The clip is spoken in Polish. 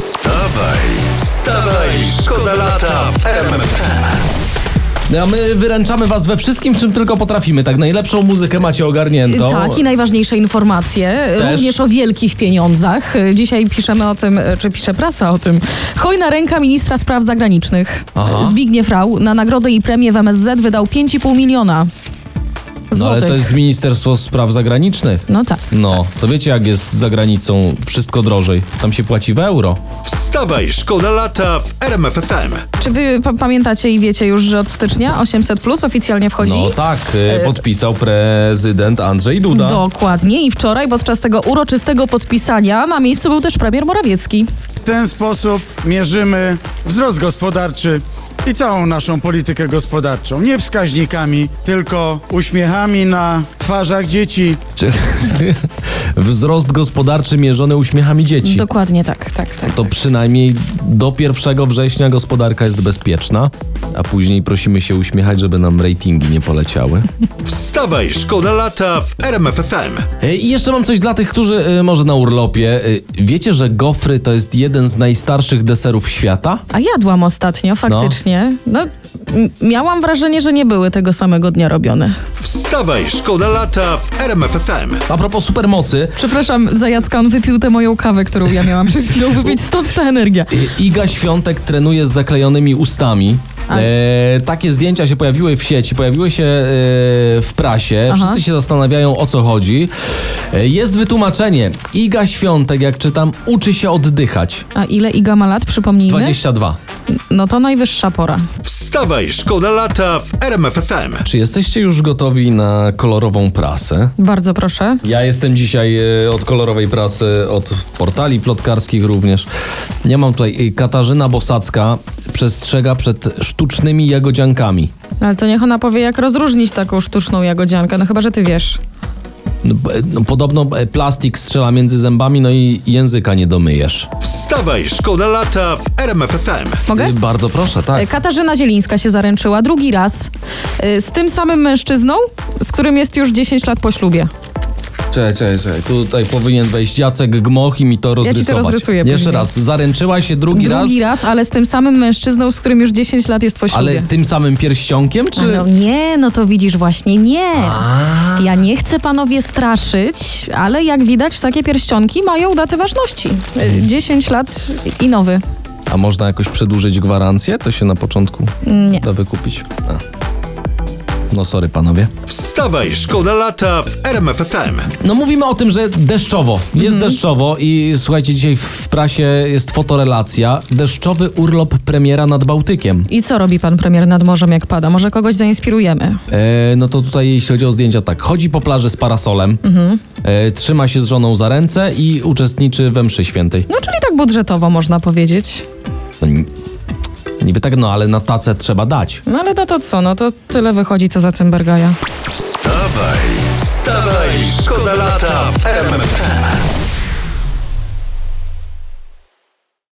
Wstawaj, wstawaj, szkoda lata w RMFFM. No, a my wyręczamy was we wszystkim, czym tylko potrafimy. Tak, najlepszą muzykę macie ogarniętą. Tak, i najważniejsze informacje, Też. również o wielkich pieniądzach. Dzisiaj piszemy o tym, czy pisze prasa o tym. Hojna ręka ministra spraw zagranicznych. Aha. Zbigniew Rau na nagrodę i premię w MSZ wydał 5,5 miliona no, złotych. ale to jest Ministerstwo Spraw Zagranicznych. No tak. No, to wiecie jak jest za granicą wszystko drożej. Tam się płaci w euro. Wstawaj, szkoda lata w RMFFM. Czy wy pa- pamiętacie i wiecie już, że od stycznia 800 plus oficjalnie wchodzi? No tak, E, y, podpisał prezydent Andrzej Duda. Dokładnie i wczoraj podczas tego uroczystego podpisania na miejscu był też premier Morawiecki. W ten sposób mierzymy wzrost gospodarczy i całą naszą politykę gospodarczą. Nie wskaźnikami, tylko uśmiechami na twarzach dzieci. Czy- Wzrost gospodarczy mierzony uśmiechami dzieci. Dokładnie tak, tak, tak. To przynajmniej do 1 września gospodarka jest bezpieczna, a później prosimy się uśmiechać, żeby nam ratingi nie poleciały. Wstawaj, szkoda lata w RMFFM. E, I jeszcze mam coś dla tych, którzy e, może na urlopie. E, Wiecie, że gofry to jest jeden z najstarszych deserów świata? A jadłam ostatnio, faktycznie. No. m- miałam wrażenie, że nie były tego samego dnia robione. Wstawaj, szkoda lata w RMFFM. A propos supermocy, Przepraszam za Jacka, on wypił tę moją kawę, którą ja miałam przed chwilą wypić, stąd ta energia. e, Iga Świątek trenuje z zaklejonymi ustami. Ale- E, takie zdjęcia się pojawiły w sieci, pojawiły się e, w prasie. Aha. Wszyscy się zastanawiają o co chodzi. E, jest wytłumaczenie. Iga Świątek, jak czytam, uczy się oddychać. A ile Iga ma lat, przypomnijmy? 22. No to najwyższa pora. Wstawaj, szkoda lata w RMFFM. Czy jesteście już gotowi na kolorową prasę? Bardzo proszę. Ja jestem dzisiaj e, od kolorowej prasy, od portali plotkarskich również. Nie mam tutaj. e, Katarzyna Bosacka przestrzega przed sztucznymi jagodziankami. Ale to niech ona powie, jak rozróżnić taką sztuczną jagodziankę, no chyba, że ty wiesz. No, b- e, no, Podobno e, plastik strzela między zębami, no i języka nie domyjesz. Wstawaj, szkoda lata w RMFFM. Mogę? E, Bardzo proszę, tak. E, Katarzyna Zielińska się zaręczyła drugi raz e, z tym samym mężczyzną, z którym jest już 10 lat po ślubie. Cześć, cześć, cześć. Tutaj powinien wejść Jacek Gmoch i mi to ci to rozrysować. rozrysuję Jeszcze później. raz. Zaręczyła się drugi, Drugi raz, raz, ale z tym samym mężczyzną, z którym już 10 lat jest po ślubie. ale tym samym pierścionkiem, A czy... No nie, no to widzisz właśnie nie. Ja nie chcę panowie straszyć, ale jak widać takie pierścionki mają datę ważności. Y, 10 lat i nowy. A można jakoś przedłużyć gwarancję? To się na początku Nie. da wykupić. A. No sorry panowie. Wstawaj, szkoda lata w RMFFM. No mówimy o tym, że deszczowo. Jest deszczowo i słuchajcie, dzisiaj w prasie jest fotorelacja. Deszczowy urlop premiera nad Bałtykiem. I co robi pan premier nad morzem jak pada? Może kogoś zainspirujemy? E, no to tutaj jeśli chodzi o zdjęcia, tak. Chodzi po plaży z parasolem, e, trzyma się z żoną za ręce i uczestniczy we mszy świętej. No czyli tak budżetowo można powiedzieć. No, ni- niby tak, no ale na tacę trzeba dać. No ale na to co? No to tyle wychodzi co za Cymbergaja. Wstawaj, wstawaj, szkoda lata w RMFFM.